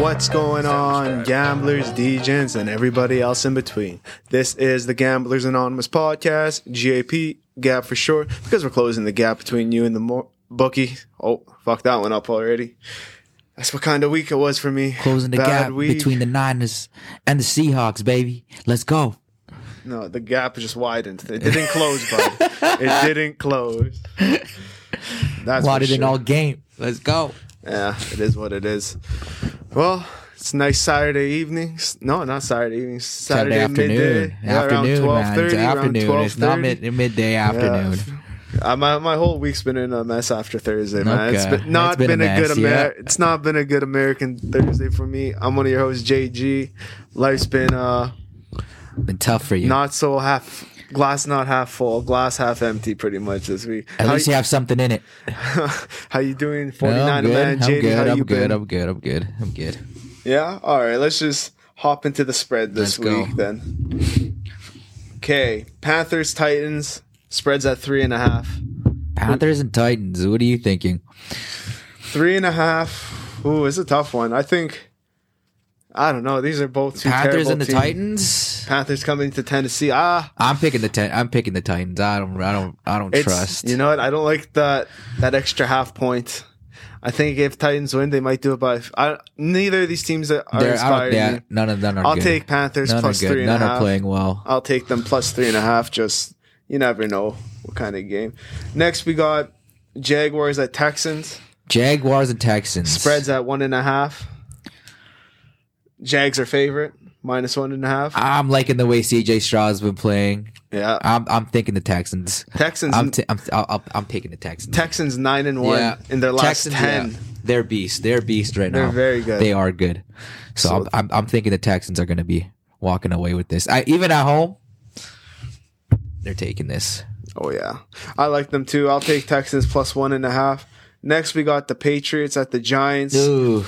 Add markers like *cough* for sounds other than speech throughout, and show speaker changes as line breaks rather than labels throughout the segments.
What's going on, gamblers, DJs, and everybody else in between? This is the Gamblers Anonymous podcast, GAP, Gap for short, because we're closing the gap between you and the mo- bookie. Oh, fuck that one up already. That's what kind of week it was for me.
Closing the
Bad
gap
week.
between the Niners and the Seahawks, baby. Let's go.
No, the gap just widened. It didn't close, bud.
*laughs*
It didn't close. That's
Wider
what
than all game. Let's go.
Yeah, it is what it is. Well, it's a nice Saturday evening. S- No, not Saturday evening. Saturday, midday. Yeah,
afternoon,
around
man. It's
12:30, around
afternoon. It's not
12:30.
mid- midday afternoon.
Uh, my my whole week's been in a mess after Thursday, man. It's
Okay.
been, not
It's been
been,
a
a,
mess,
good Amer-
yeah.
It's not been a good American Thursday for me. I'm one of your hosts, JG. Life's been uh
Been tough for you.
not so half glass not half full, glass half empty, pretty much this week.
At
how
least
you,
you have something in it.
*laughs* how you doing,
No,
49 man?
I'm
JD,
good.
how
I'm
you
good.
been?
I'm good. I'm good. I'm good.
Yeah. All right. Let's just hop into the spread this
Let's go.
week then. Okay. Panthers Titans spreads at three and a half.
Panthers and Titans. What are you thinking?
Three and a half. Ooh, it's a tough one. I think. I don't know. These are both two
Panthers
terrible
and the
teams.
Titans.
Panthers coming to Tennessee. Ah,
I'm picking the ten. I'm picking the Titans. I don't. I don't. I don't
it's
trust.
you know what? I don't like that that extra half point. I think if Titans win, they might do it by. I, neither of these teams are
They're out.
inspiring.
Yeah,
me.
none of none are
I'll
good.
take Panthers
none
plus
are good.
three and a
none are
half.
playing well.
I'll take them plus three and a half. Just you never know what kind of game. Next, we got Jaguars at Texans.
Jaguars and Texans
Spreads at one and a half. Jags are favorite, minus one and a half.
I'm liking the way CJ Stroud's been playing.
Yeah,
I'm I'm thinking the Texans.
Texans.
I'm t- I'm I'll, I'll, I'm picking the Texans.
Texans nine and one
Yeah.
in their last
Texans,
ten.
yeah. They're beast. They're beast right
They're
now.
very good.
They are good. So,
So-
I'm, I'm I'm thinking the Texans are going to be walking away with this. I, even at home, they're taking this.
Oh yeah, I like them too. I'll take Texans plus one and a half. Next, we got the Patriots at the Giants.
Ooh,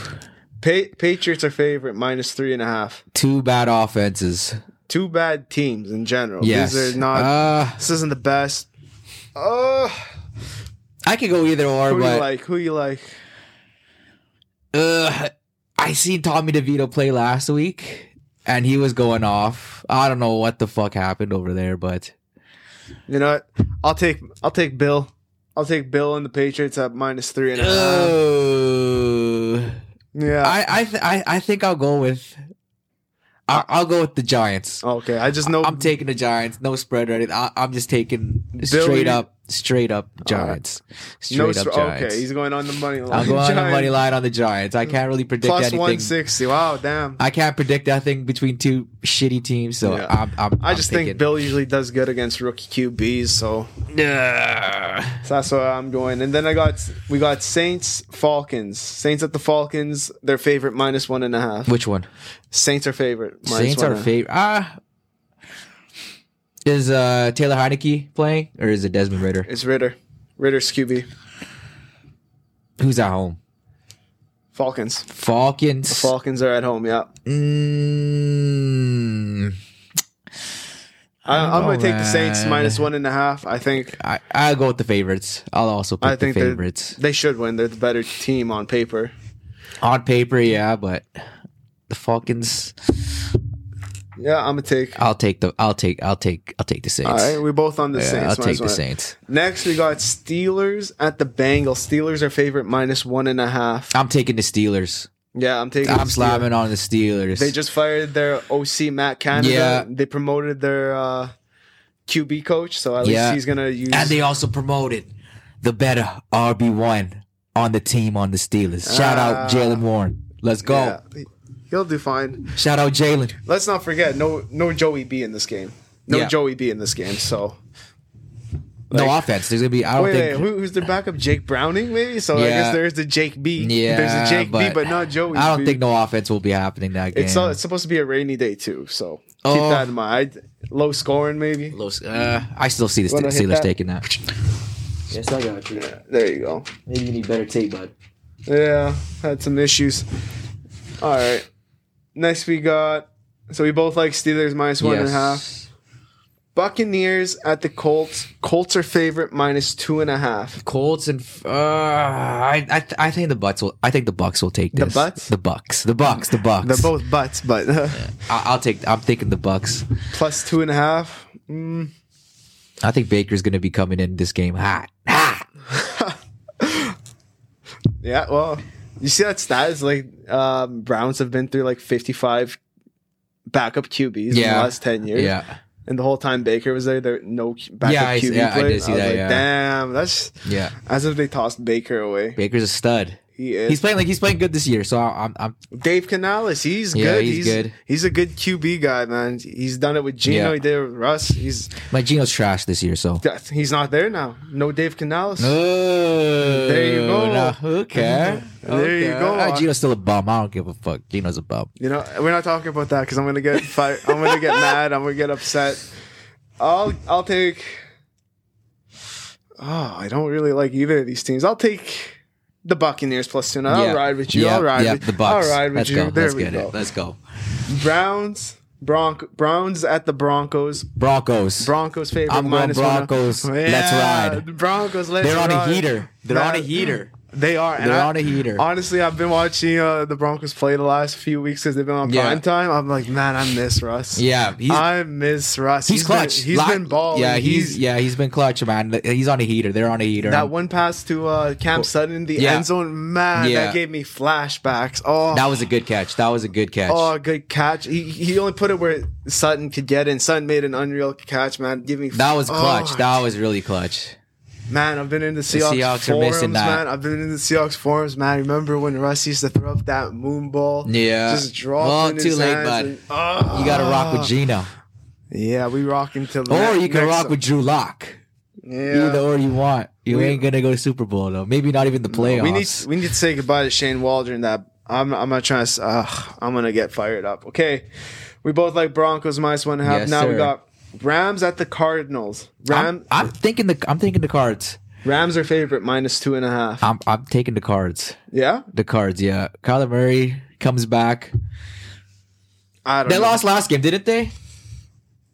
Pa- Patriots are favorite, minus three and a half.
two bad offenses.
Two bad teams in general.
Yes.
These are not.
Uh,
this isn't the best. Oh,
I could go either or,
who you
but
like? Who you like?
uh, I seen Tommy DeVito play last week, and he was going off. I don't know what the fuck happened over there, but
You know what? I'll take I'll take Bill. I'll take Bill and the Patriots at minus three and a half.
oh,
Yeah.
I I, th- I I think I'll go with I, I'll go with the Giants.
okay. I just know
I'm taking the Giants. No spread right. I, I'm just taking
Billy-
straight up, straight up Giants. Straight
no.
up
str-
Giants.
okay, he's going on the money line.
I'm going on the
Giants,
money line on the Giants. I can't really predict
plus one
anything.
sixty. Wow, damn.
I can't predict that thing between two shitty teams. So
Yeah.
I'm, I'm,
I
I'm
just
thinking,
think Bill usually does good against rookie QBs, so
Nah.
so that's where I'm going. And then I got we got Saints Falcons. Saints at the Falcons. Their favorite minus one and a half.
Which one?
Saints are favorite. minus
Saints
one uh,
are
and a half.
favorite. Ah, is uh, Taylor Heineke playing or is it Desmond Ritter?
It's Ritter. Ritter's QB.
Who's at home?
Falcons.
Falcons.
Falcons are at home. Yeah.
Mm,
I, I'm
Oh,
going to take the Saints
man.
minus one and a half. I think
I I'll go with the favorites. I'll also pick
I think
the
they're-
favorites
they should win. They're the better team on paper.
on paper. Yeah, but the Falcons.
Yeah, I'm gonna take.
I'll take the. I'll take. I'll take. I'll take the Saints.
All right, we both on the
Yeah,
Saints.
I'll
might as
take the
well.
Saints.
Next, we got Steelers at the Bengals. Steelers are favorite minus one and a half.
I'm taking the Steelers.
Yeah, I'm taking.
I'm
the Steelers.
slamming on the Steelers.
They just fired their OC Matt Canada.
Yeah.
They promoted their uh, QB coach, so at
Yeah.
least he's gonna use.
and they also promoted the better RB one on the team on the Steelers. Shout out
Ah.
Jalen Warren. Let's go.
Yeah, he- he'll do fine.
Shout out Jalen.
Let's not forget, no, no Joey B in this game. No
Yeah.
Joey B in this game. So
no
Like-
offense. There's gonna be. I don't
Wait,
think.
wait, Oh, who, who's their backup? Jake Browning, maybe. So I
Yeah.
guess there's the Jake B.
yeah,
there's a Jake
but
B, but not Joey.
I don't
B.
think no offense will be happening that game.
it's, so- it's supposed to be a rainy day too. So keep
Oh.
that in mind. Low scoring, maybe.
Los- uh, I still see the
Wanna
Ste-
hit
Steelers
that?
taking that. Yes, I got you.
Yeah, there you go.
Maybe you need better tape, bud.
Yeah, had some issues. All right. Next we got. So we both like Steelers minus one and a half. Buccaneers at the Colts. Colts are favorite minus two and a half.
Colts and uh, I, I I think the Bucks will I think the Bucks will take
The
this.
Bucks?
The Bucks. The Bucks. The Bucks.
They're both butts, but *laughs* uh,
I, I'll take. I'm thinking the Bucks.
plus two and a half. Mm.
I think Baker's gonna be coming in this game hot. Hot.
Yeah, well, you see that stat is like um, Browns have been through like 55 backup QBs in the
Yeah.
last 10 years.
Yeah.
And the whole time Baker was there, there were no Q- backup
Yeah, I see-
QB
yeah, I
play.
did see
was
that,
like,
yeah.
damn, that's
Yeah.
as if they tossed Baker away.
Baker's a stud.
He is.
He's playing like he's playing good this year. So I, I'm. I'm
Dave Canales, he's
Yeah,
good.
he's good.
He's a good QB guy, man. He's done it with Gino.
Yeah.
He did it with Russ. He's
my Geno's trash this year. So.
that's- he's not there now. No Dave Canales.
Oh,
There you go.
now, okay.
There you
Okay.
go.
Ah, Geno's still a bum. I don't give a fuck. Geno's a bum.
You know, we're not talking about that because I'm gonna get fired. I'm gonna
*laughs*
get mad. I'm gonna get upset. I'll I'll take. Oh, I don't really like either of these teams. I'll take the Buccaneers plus two. and a half. I'll
Yeah.
ride with you.
Yeah.
I'll ride.
Yeah.
with,
the Bucks.
I'll ride with
Let's
you.
go.
There
Let's
we
get
go.
it. Let's go.
Browns. Bronco, Browns at the Broncos.
Broncos.
Broncos favorite.
I'm going
minus one and a-
Broncos. Let's ride.
the Broncos. Let's
They're on
ride.
a heater. They're on a
Man,
heater.
They are. and
They're
I-
on a heater.
Honestly, I've been watching uh, the Broncos play the last few weeks because they've been on
Yeah.
prime time. I'm like, man, I miss Russ.
Yeah, he's
I miss Russ.
he's
been-
clutch.
Ah, he's
Lot-
been balling.
Yeah, he's, yeah he's been clutch, man. He's on a heater. They're on a heater.
that one pass to uh, Cam Sutton in the
yeah.
end zone. Man,
Yeah.
that gave me flashbacks. Oh,
That was a good catch. That was a good catch.
oh, good catch. He, he only put it where Sutton could get in. Sutton made an unreal catch, man. Give me
that was clutch.
Oh,
That was really clutch.
Man, I've been in the Seahawks,
Seahawks are
forums,
missing that.
man. I've been in the Seahawks forums, man. Remember when Russ used to throw up that moon ball?
Yeah.
Just drop
Well,
it in
too
his
late,
hands
bud.
and- Ah.
You got to rock with Gino,
Yeah, we rock until the
or
ne-
you can
next-
rock with Drew Lock.
yeah.
Either or you want. You
We-
ain't gonna go to Super Bowl though. Maybe not even the playoffs.
We need we need to say goodbye to Shane Waldron. That I'm I'm not trying to. Uh, I'm gonna get fired up. Okay, we both like Broncos minus one and a half.
Yes,
now we
sir.
got Rams at the Cardinals. Ram
I'm, I'm thinking the I'm thinking the cards.
Rams are favorite minus two and a half.
I'm I'm taking the cards.
Yeah,
The cards. Yeah. Kyler Murray comes back.
I don't.
They
know.
lost last game, didn't they?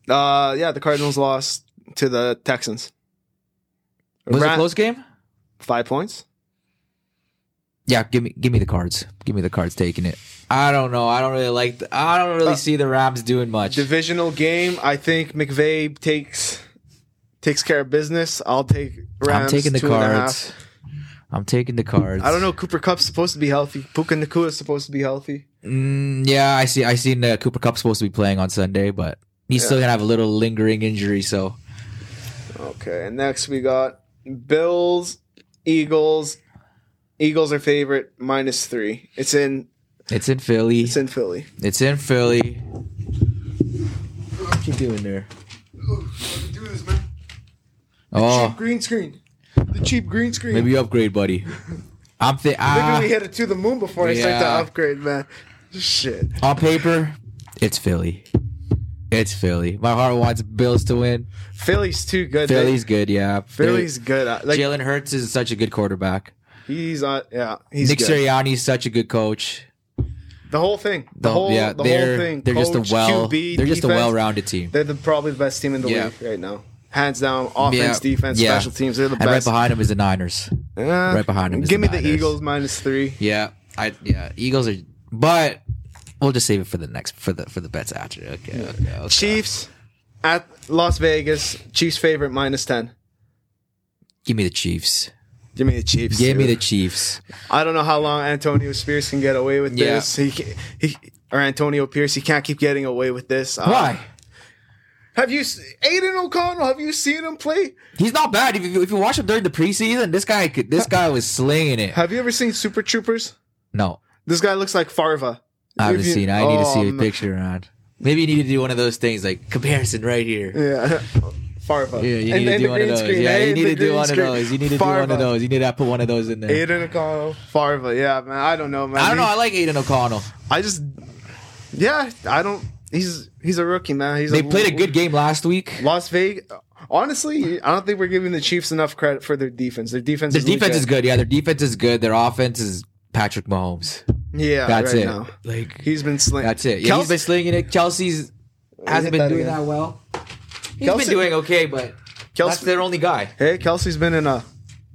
Uh, yeah, the Cardinals lost to the Texans.
Was it
Ra-
a close game?
Five points.
Yeah, give me give me the cards. Give me the cards taking it. I don't know. I don't really like. The, I don't really
Uh,
see the Rams doing much.
Divisional game. I think McVay takes takes care of business. I'll take Rams.
I'm taking the
two and a half.
cards. I'm taking the cards.
I don't know. Cooper Cup's supposed to be healthy. Puka Nakua is supposed to be healthy.
Mm, yeah, I see. I seen uh, Cooper Cup supposed to be playing on Sunday, but he's still gonna have a little lingering injury. So
Okay, and next we got Bills, Eagles. Eagles are favorite minus three. It's in
it's in Philly.
it's in Philly.
It's in Philly. What you doing there?
do this, man.
Oh,
green screen. The cheap green screen.
maybe you upgrade, buddy. I'm thi-
*laughs* Maybe we
ah,
hit it to the moon before I start to
Yeah.
upgrade, man. Shit.
on paper, it's Philly. It's Philly. My heart wants Bills to win.
Philly's too good. They-
Philly's good, yeah.
Philly's good. Uh, Like
Jalen Hurts is such a good quarterback.
he's on. Yeah, he's
Nick
good.
Sirianni is such a good coach.
The whole thing. The,
The-
whole.
yeah,
the
they're
whole thing.
they're just
Coach,
a well
QB,
they're just a
defense.
well-rounded team.
They're the, probably the best team in the
Yeah.
league right now. Hands down, offense,
Yeah.
defense,
Yeah.
special teams. They're the
and right
best.
behind him is the Niners.
Uh,
right behind him is
Give
the
me the
Niners.
Eagles minus three.
Yeah, I yeah. Eagles are, but we'll just save it for the next for the for the bets after. Okay, okay, okay.
Chiefs at Las Vegas. Chiefs favorite minus ten.
Give me the Chiefs.
Give me the Chiefs.
Give me the
dude.
Chiefs.
I don't know how long Antonio Spears can get away with
Yeah.
this. He, ca- he or Antonio Pierce. He can't keep getting away with this. Uh,
Why?
Have you s- Aiden O'Connell? Have you seen him play?
He's not bad. If you, if you watch him during the preseason, this guy could. This guy was
*laughs*
slinging it.
Have you ever seen Super Troopers?
No,
This guy looks like Farva.
I haven't
If you-
seen. it. I need to
Oh,
see a
man.
picture on. Maybe you need to do one of those things like comparison right here.
Yeah. *laughs* Farva.
Yeah, you
And-
need to
and
do
the
one of
green
those.
screen,
yeah,
eh?
you
The
need to do
green
one
screen.
of those. You need to do one
Farva.
of those. You need to put one of those in there.
Aiden O'Connell, Farva. Yeah, man. I don't know, man.
I don't know.
He-
I like Aiden O'Connell.
I just, yeah, I don't. He's he's a rookie, man. He's
They played a good game last week.
Las Vegas. Honestly, I don't think we're giving the Chiefs enough credit for their defense. Their defense.
Their
is
defense is
legit.
good. Yeah, their defense is good. Their offense is Patrick Mahomes.
Yeah,
That's
Uh, right
it.
Now.
Like
He's been slaying.
that's it. Yeah,
Kelsey,
he's been slinging it. Chelsea's hasn't
hit
been
that
doing
again.
that well. He's
Kelsey-
been doing okay, but that's
Kelsey-
their only guy.
Hey, Kelsey's been in a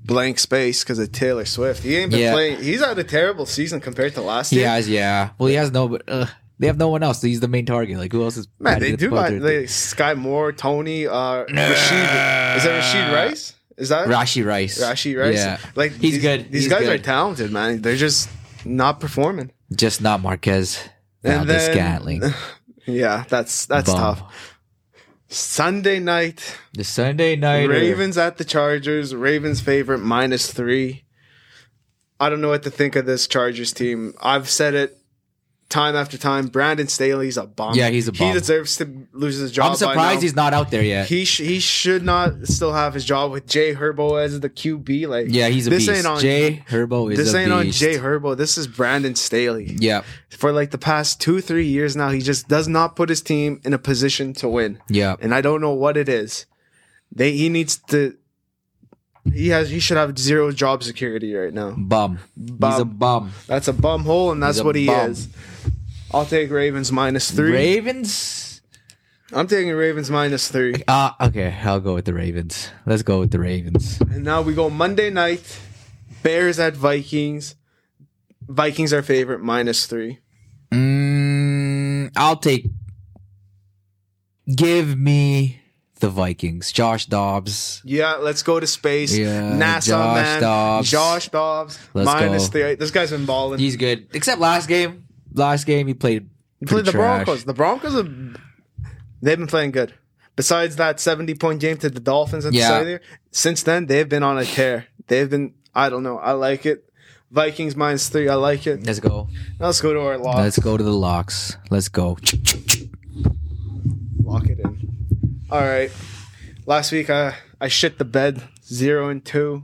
blank space because of Taylor Swift. He ain't been
Yeah.
playing. He's had a terrible season compared to last
He
year.
has, yeah. Well, he has no, but uh, they have no one else. He's the main target. Like who else is?
Man, they
adding
do
to
got
their
they,
team?
Sky Moore, Tony, uh, Rashid. Is that Rashid Rice? Is that
Rashi Rice.
Rashid Rice?
Yeah,
Like
He's
these,
good.
These
He's
guys
good.
are talented, man. They're just not performing.
just not Marquez. Now
And
this
then-
Scantling.
*laughs* Yeah, that's that's
Bum.
tough. Sunday night,
The Sunday night
Ravens at the Chargers. Ravens favorite minus three. I don't know what to think of this Chargers team. I've said it time after time. Brandon Staley's a bomb.
Yeah, he's a
He
bum.
deserves to lose his job.
I'm
by now.
surprised he's not out there yet.
He sh- he should not still have his job with Jay Herbo as the QB. Like
yeah, he's a
this
beast.
ain't on
Jay Herbo is
this
a
ain't on
beast.
Jay Herbo. This is Brandon Staley.
Yeah,
For like the past two three years now, he just does not put his team in a position to win,
yeah.
and I don't know what it is. They he needs to. He has he should have zero job security right now.
Bum. He's
Bum.
a bum.
That's a bum hole, and that's
He's a
what he
bum.
is. I'll take Ravens minus three.
Ravens.
I'm taking Ravens minus three.
Uh, okay, I'll go with the Ravens. Let's go with the Ravens.
And now we go Monday night. Bears at Vikings. Vikings are favorite minus three.
Mm, I'll take. Give me the Vikings. Josh Dobbs.
Yeah, let's go to space.
Yeah,
NASA
Josh
man.
Dobbs.
Josh Dobbs
Let's
minus
go.
three. This guy's been balling. He
He's good. Except last game. Last game he played.
played
pretty
the
trash.
Broncos. The Broncos have they've been playing good. Besides that seventy point game to the Dolphins at the
Yeah.
start of the year, since then they've been on a tear. They've been I don't know. I like it. Vikings minus three. I like it.
Let's go.
Now let's go to our lock.
Let's go to the locks. Let's go.
Lock it in. All right. Last week I I shit the bed zero and two.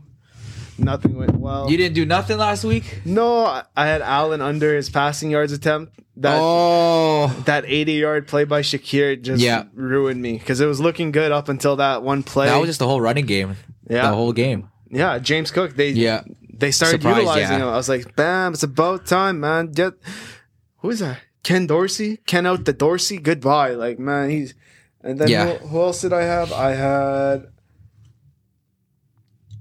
Nothing went well.
You didn't do nothing last week.
no, I- I had Allen under his passing yards attempt. That
oh.
that eighty yard play by Shakir just
Yeah.
ruined me because it was looking good up until that one play.
That was just the whole running game.
Yeah.
The whole game.
yeah, James Cook. They
Yeah.
they started
Surprised,
utilizing
yeah.
him. I was like, bam, it's about time, man. Get who is that? Ken Dorsey? Ken out the Dorsey? Goodbye. Like, man, he's and then
Yeah.
who, who else did I have? I had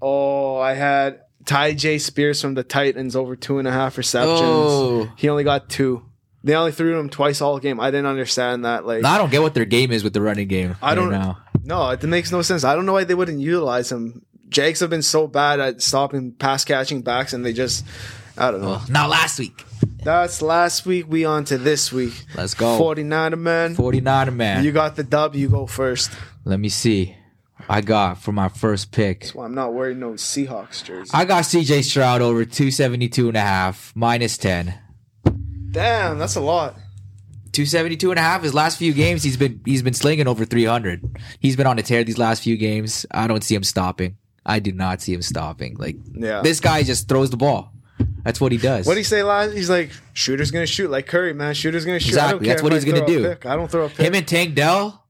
Oh, I had Ty J Spears from the Titans over two and a half receptions.
Oh.
He only got two. They only threw him twice all game. I didn't understand that. Like
I don't get what their game is with the running game.
I don't-
right now.
no, it makes no sense. I don't know why they wouldn't utilize him. Jags have been so bad at stopping pass catching backs and they just I don't know.
Well, not last week.
That's last week. We on to this week.
Let's go.
49 man.
49 man.
You got the dub. You go first.
Let me see. I got for my first pick.
Well, I'm not wearing no Seahawks jersey.
I got CJ Stroud over 272 and a half, minus 10.
Damn, that's a lot.
272 and a half his last few games he's been he's been slinging over 300. He's been on a tear these last few games. I don't see him stopping. I do not see him stopping. Like
Yeah.
this guy just throws the ball. That's what he does.
What did he say last? He's like, shooter's gonna shoot like Curry, man. Shooter's gonna shoot. I don't
Exactly,
care
that's what
if
he's
I
gonna
throw a
do.
Pick. I don't throw a pick.
him and Tank Dell,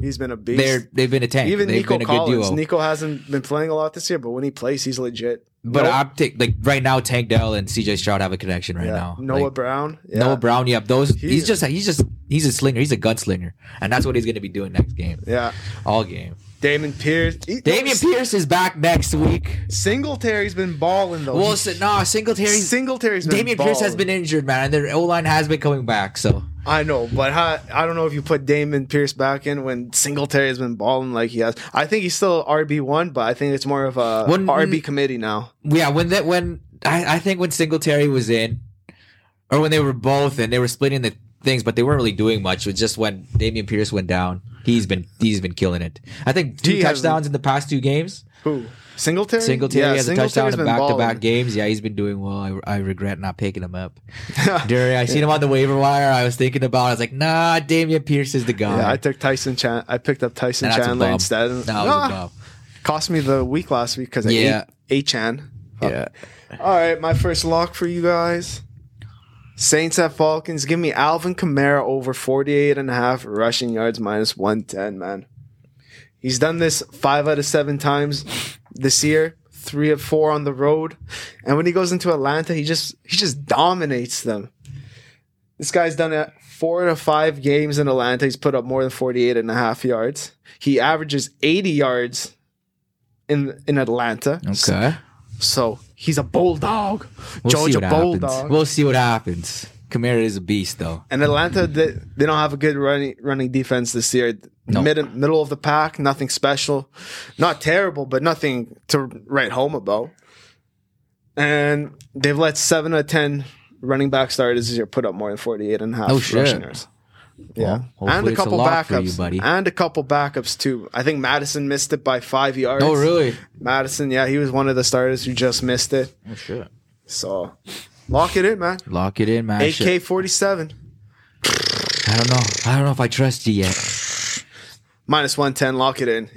he's been a beast.
they're they've been a tank.
Even
they've
Nico
been a good
Collins.
duo.
Nico hasn't been playing a lot this year, but when he plays, he's legit.
but
Noah-
I'm take like right now Tank Dell and CJ Stroud have a connection right
yeah.
now.
Noah
Like,
Brown. Yeah.
Noah Brown, yeah, those he's,
He's-
just he's just he's a slinger, he's a gunslinger. And that's what he's gonna be doing next game.
Yeah.
All game.
Damon Pierce. He-
Damian Pierce is back next week.
Singletary's been balling though.
Well, so, nah, Singletary's
Singletary's been
Damian Pierce has
balling.
been injured, man, and their O line has been coming back. So
I know, but how, I don't know if you put Damon Pierce back in when Singletary has been balling like he has. I think he's still RB one, but I think it's more of a
Wouldn't-
RB committee now.
yeah, when that when I, I think when Singletary was in, or when they were both and they were splitting the things, but they weren't really doing much. It was just when Damian Pierce went down, he's been he's been killing it. I think two
He has-
touchdowns in the past two games.
Who Singletary?
Singletary
Yeah,
has a touchdown
Singletary's
in
been
back to
balling.
back games. Yeah, he's been doing well. I, I regret not picking him up.
*laughs*
During I seen him on the waiver wire, I was thinking about. it. I was like, nah, Damian Pierce is the guy.
Yeah, I took Tyson. Chan- I picked up Tyson
And that's a
Chandler
bum.
instead.
That was
Ah,
a bum.
cost me the week last week because I
Yeah.
ate, ate Chan.
Yeah.
All right, my first lock for you guys. Saints at Falcons. Give me Alvin Kamara over 48 and a half rushing yards minus 110, man. He's done this five out of seven times this year, three of four on the road. And when he goes into Atlanta, he just he just dominates them. This guy's done it four to five games in Atlanta. He's put up more than 48 and a half yards. He averages 80 yards in in Atlanta.
Okay.
So he's a bulldog.
We'll see
Georgia
what happens.
bulldog.
We'll see what happens. Kamara is a beast, though.
And Atlanta, they, they don't have a good running running defense this year.
No.
Mid, middle of the pack, nothing special, not terrible, but nothing to write home about. And they've let seven out of ten running back starters this year put up more than 48 and a half
No shit.
rushing yards. Yeah,
Well,
and a
hopefully it's a
couple
lock for
backups,
you, buddy.
and a couple backups too. I think Madison missed it by five yards.
Oh, really?
Madison, yeah, he was one of the starters who just missed it.
Oh, shit.
So, lock it in, man.
Lock it in, man. Shit.
AK forty seven.
I don't know. I don't know if I trust you yet.
minus 110 lock it in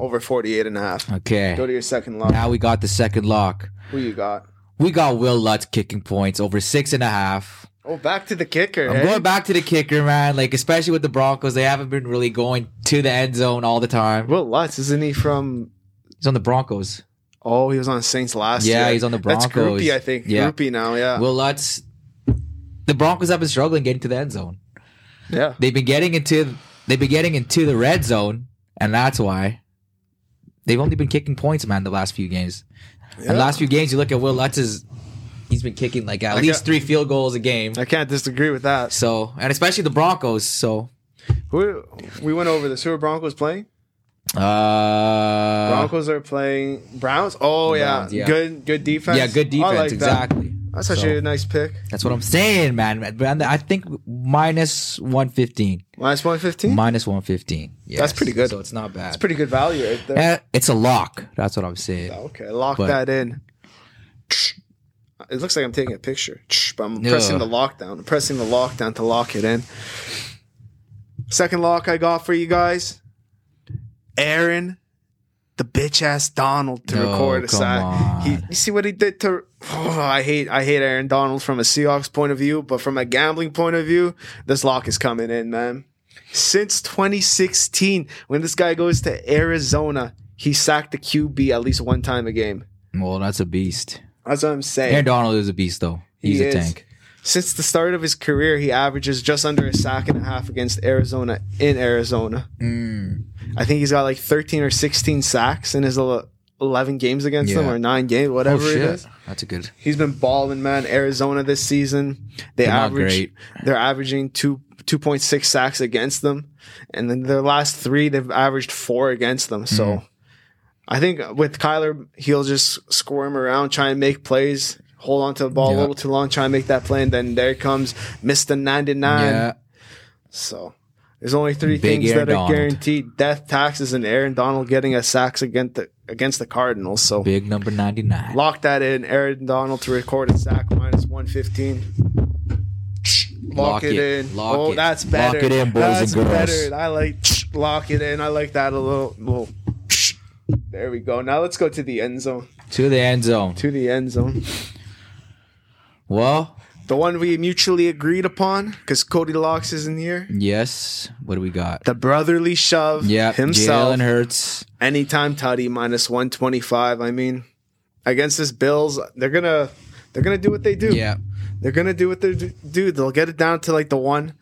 over 48 and a half go
Okay.
to your second lock
Now we got the second lock.
who you got
We got Will Lutz kicking points over six and a half.
oh back to the kicker
I'm
hey?
going back to the kicker, man. Like especially with the Broncos, they haven't been really going to the end zone all the time.
will lutz isn't he from
He's on the Broncos.
oh he was on saints last year
Yeah, he's on the
that's groupie
Broncos.
i think
Yeah.
groupie now yeah
Will Lutz. The Broncos have been struggling getting to the end zone.
yeah
They've been getting into they've been getting into the red zone, and that's why they've only been kicking points, man. The last few games.
Yeah.
And last few games, you look at Will Lutz's. He's been kicking like at
I
least
got-
three field goals a game.
i can't disagree with that
So and especially the Broncos. So
who we went over this who are broncos playing
uh,
broncos are playing browns oh
Browns,
yeah.
yeah.
good good defense
yeah, good
I like
defense.
that.
exactly.
that's actually
So-
a nice pick
That's what I'm saying, man. But I think minus 115.
minus 115
Minus 115. Yes.
That's pretty good.
So it's not bad.
that's pretty good value right there
Eh, it's a lock. That's what I'm saying.
Okay, lock
But-
that in. It looks like I'm taking a picture, but I'm pressing
Ugh.
the lockdown. I'm pressing the lockdown to lock it in. Second lock I got for you guys Aaron, the bitch ass Donald, to
No,
record a
come
sack. He,
on.
you see what he did to. Oh, I hate I hate Aaron Donald from a Seahawks point of view, but from a gambling point of view, this lock is coming in, man. Since 2016, when this guy goes to Arizona, he sacked the QB at least one time a game.
Well, that's a beast.
That's what I'm saying.
Aaron Donald is a beast, though.
He
He's a
is.
tank.
Since the start of his career, he averages just under a sack and a half against Arizona in Arizona. I think he's got like 13 or 16 sacks in his ele- 11 games against them
Yeah.
or nine games, whatever it is.
Oh, That's a good.
He's been balling, man. Arizona this season, they
They're not
average
great.
they're averaging two. 2.6 sacks against them and then their last three they've averaged four against them so
Mm-hmm.
i think with kyler he'll just squirm around try and make plays hold on to the ball a
Yeah.
little too long try and make that play and then there comes mr 99
Yeah.
so there's only three
Big
things
Aaron
that are
Donald.
guaranteed death taxes and aaron donald getting a sacks against the against the cardinals so
Big number 99.
Lock that in. Aaron Donald to record a sack minus 115. Lock,
Lock
it,
it.
in.
Lock
oh,
it.
that's better.
Lock it in, boys
that's
and girls.
better. I like lock it in. I like that a little. little there we go. Now let's go to the end zone.
To the end zone.
To the end zone.
Well,
The one we mutually agreed upon because Cody Locks is in here.
yes. What do we got?
The brotherly shove
Yeah.
himself.
Jalen Hurts.
anytime tutty minus 125. I mean, against this Bills, they're going to. They're gonna do what they do.
Yeah.
They're gonna do what they do. They'll get it down to like the one.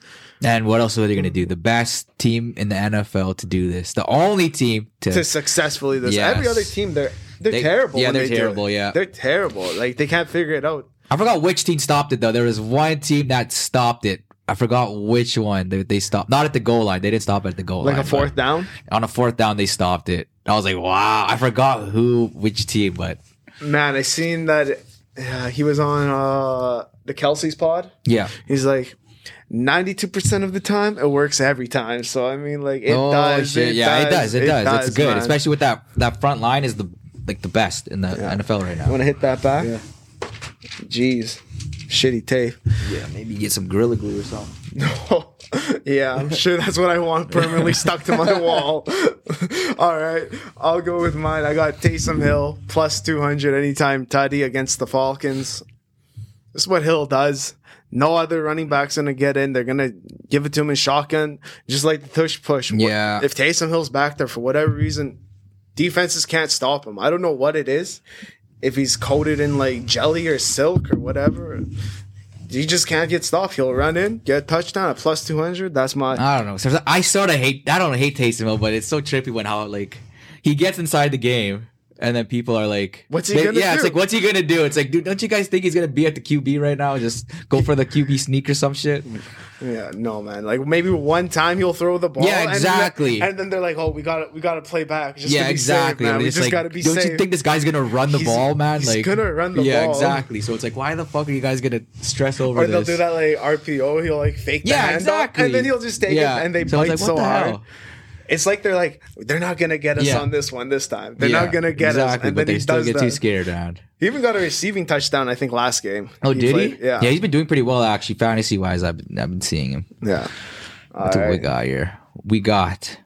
And what else are they going to do? The best team in the NFL to do this. The only team to.
to successfully this.
Yes.
Every other team, they're they're
They-
terrible.
yeah,
when
they're
they do
terrible,
it.
yeah.
they're terrible. Like they can't figure it out.
I forgot which team stopped it though. There was one team that stopped it. I forgot which one they, they stopped. Not at the goal line. They didn't stop at the goal
Like
line.
a fourth
but
down,
on a fourth down, they stopped it. I was like, wow. I forgot who, which team, but
man. I seen that uh, he was on uh, the Kelsey's pod.
yeah,
He's like. 92% of the time it works every time so i mean like it does It
Oh, yeah, it does. It, does. That's good,
man.
especially with that that front line is the like the best in the NFL right
you
now.
want to hit that back jeez shitty tape
Yeah, maybe get some gorilla glue or something.
*laughs* yeah, I'm sure that's what I want permanently stuck to my wall. *laughs* All right, I'll go with mine. I got Taysom Hill plus 200 anytime tutty against the Falcons. This is what Hill does. No other running back's gonna get in. They're gonna give it to him in shotgun, just like the tush push. Wh-
Yeah.
If Taysom Hill's back there for whatever reason, defenses can't stop him. I don't know what it is. If he's coated in like jelly or silk or whatever, he just can't get stopped. He'll run in, get a touchdown at plus two hundred. That's my
I don't know. So I sort of hate. I don't hate Taysom Hill, but it's so trippy when how like he gets inside the game, and then people are like,
What's he gonna
Yeah, it's
do?
like what's he gonna do? It's like, dude, don't you guys think he's gonna be at the QB right now? Just go for the QB sneak or some shit.
yeah. No man, like maybe one time he'll throw the ball.
Yeah,
and-
exactly.
And, then they're like, oh, we got to we got to play back. Just to
yeah,
be
exactly.
Safe, man.
It's
We just
like,
got to be
don't
safe.
you think this guy's gonna run the
He's-
ball, man?
he's
like,
gonna run the
Yeah,
ball.
exactly. So it's like, why the fuck are you guys gonna stress over
or
this?
they'll do that like RPO. He'll like fake the
Yeah,
handoff,
exactly.
and then he'll just take
Yeah.
it, and they
So I was
bite
like, what
so
the
hard.
hell?
It's like they're like they're not gonna get us
Yeah.
on this one this time. They're
Yeah,
not gonna get
exactly,
us, and
but
then
they
he
still
does
get
that.
too scared, man.
He even got a receiving touchdown, I think, last game.
Oh, did
played-
he?
Yeah,
he's been doing pretty well actually, fantasy wise. I've been, I've been seeing him.
yeah. All
That's what we
right.
got here. We got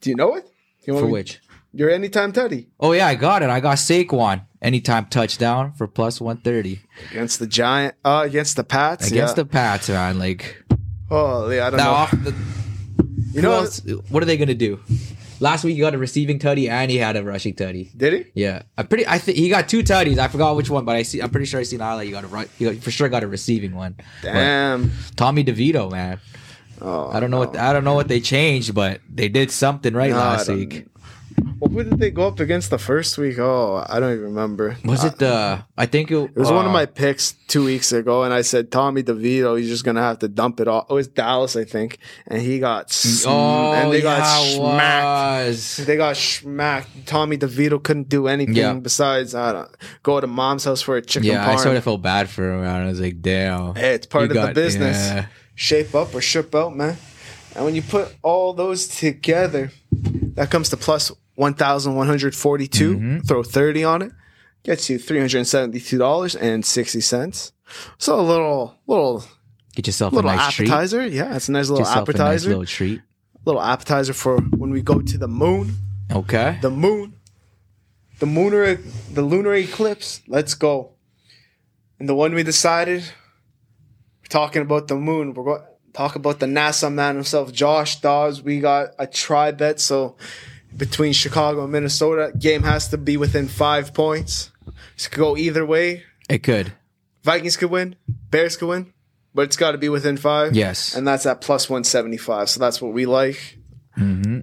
Do you know it? You want
for
me-
which?
You're anytime Teddy
Oh yeah, I got it. I got Saquon anytime touchdown for plus one thirty
against the Giant, uh, against the Pats.
against
yeah.
the Pats, man. Like
Oh, yeah, I don't
that
know.
off the,
you know,
what, what are they gonna do? Last week he got a receiving tutty and he had a rushing tutty.
did he?
Yeah, I pretty. I think he got two tutties. I forgot which one, but I see. I'm pretty sure I seen highlight. You got a right. You got, for sure got a receiving one. But
Damn.
Tommy DeVito, man.
Oh,
I don't know what I don't know what they changed, but they did something right
No, I
last
don't-
week.
Well, who did they go up against the first week? Oh, I don't even remember.
Was
Uh,
it Oh. the? I think it, uh,
It was one of my picks two weeks ago, and I said Tommy DeVito, he's just gonna have to dump it off. It was Dallas, I think, and he got sm-
Oh,
and they got
yeah, it
smacked.
was.
They got smacked. Tommy DeVito couldn't do anything
Yeah.
besides I don't go to mom's house for a chicken
Yeah,
parm.
I sort of felt bad for him. and I was like, damn.
Hey, it's part
You
of
got-
the business.
yeah.
Shape up or ship out, man. And when you put all those together, that comes to plus 1,142.
Mm-hmm.
Throw 30 on it. Gets you $372.60. So a little, little,
Get yourself
little
a nice treat.
appetizer. Yeah, it's a nice little
Yourself a nice
appetizer.
little treat.
little appetizer for when we go to the moon.
Okay.
The moon. The lunar, the lunar eclipse. Let's go. And the one we decided, we're talking about the moon. We're going talk about the NASA man himself, Josh Dobbs. We got a tri bet. So between Chicago and Minnesota, game has to be within five points. It could go either way.
it could.
Vikings could win. Bears could win. But it's got to be within five.
Yes.
And that's at plus 175. So that's what we like.
Mm-hmm.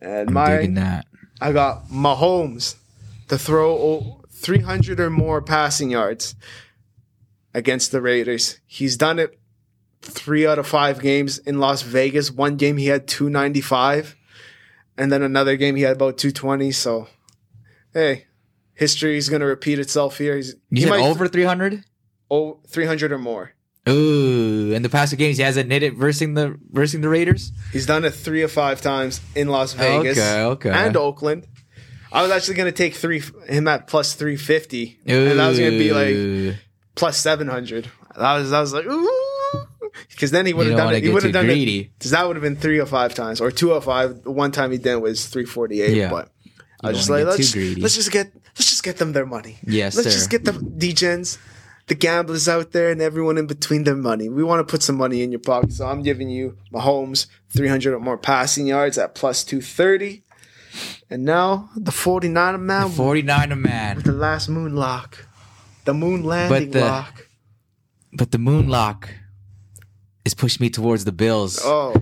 And
Digging
mine,
that.
I got Mahomes to throw o- 300 or more passing yards against the Raiders. He's done it three out of five games in Las Vegas. One game he had 295, and then another game he had about 220. So, hey, history is going to repeat itself here. He's,
You
he
said
might
over 300?
oh, 300 or more.
Ooh, in the past few games, he hasn't hit it versing the versing the Raiders.
He's done it three or five times in Las Vegas
Okay, okay.
and Oakland. I was actually going to take three him at plus 350, and that was going to be like
Ooh.
plus 700. That was, I was like, ooh. Because then he would
you
have
don't
done
want to
it. He would
get
have
too
done it.
greedy.
Because that would have been three or five times or two or five. The One time he did was 348.
Yeah.
But I was
don't
just
wanna
like,
get too
let's,
greedy.
let's just get let's just get them their money.
Yes,
Let's
sir.
just get the DGens, the gamblers out there, and everyone in between their money. We want to put some money in your pocket. So I'm giving you Mahomes 300 or more passing yards at plus 230. And now the 49er man with
49 a man.
the last moon lock, the moon landing
the-
lock.
But the moonlock is pushing me towards the Bills.
Oh,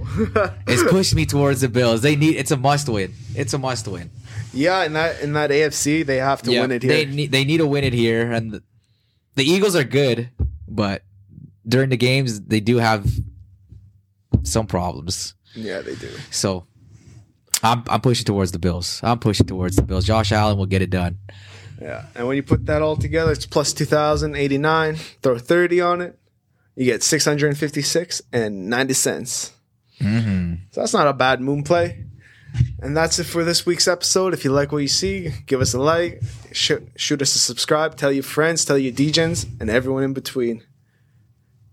*laughs*
It's pushed me towards the Bills. They need. It's a must win. It's a must win.
yeah. In that in that AFC, they have to win it here.
They need. They need to win it here. And the, the Eagles are good, but during the games they do have some problems.
yeah, they do.
So I'm I'm pushing towards the Bills. I'm pushing towards the Bills. Josh Allen will get it done.
Yeah. And when you put that all together, it's plus 2,089. Throw 30 on it. You get 656 and 90 cents. So that's not a bad moon play. And that's it for this week's episode. If you like what you see, give us a like, shoot, shoot us a subscribe, tell your friends, tell your DJs, and everyone in between.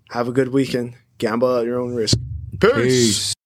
Have a good weekend. Gamble at your own risk. Peace.
Peace.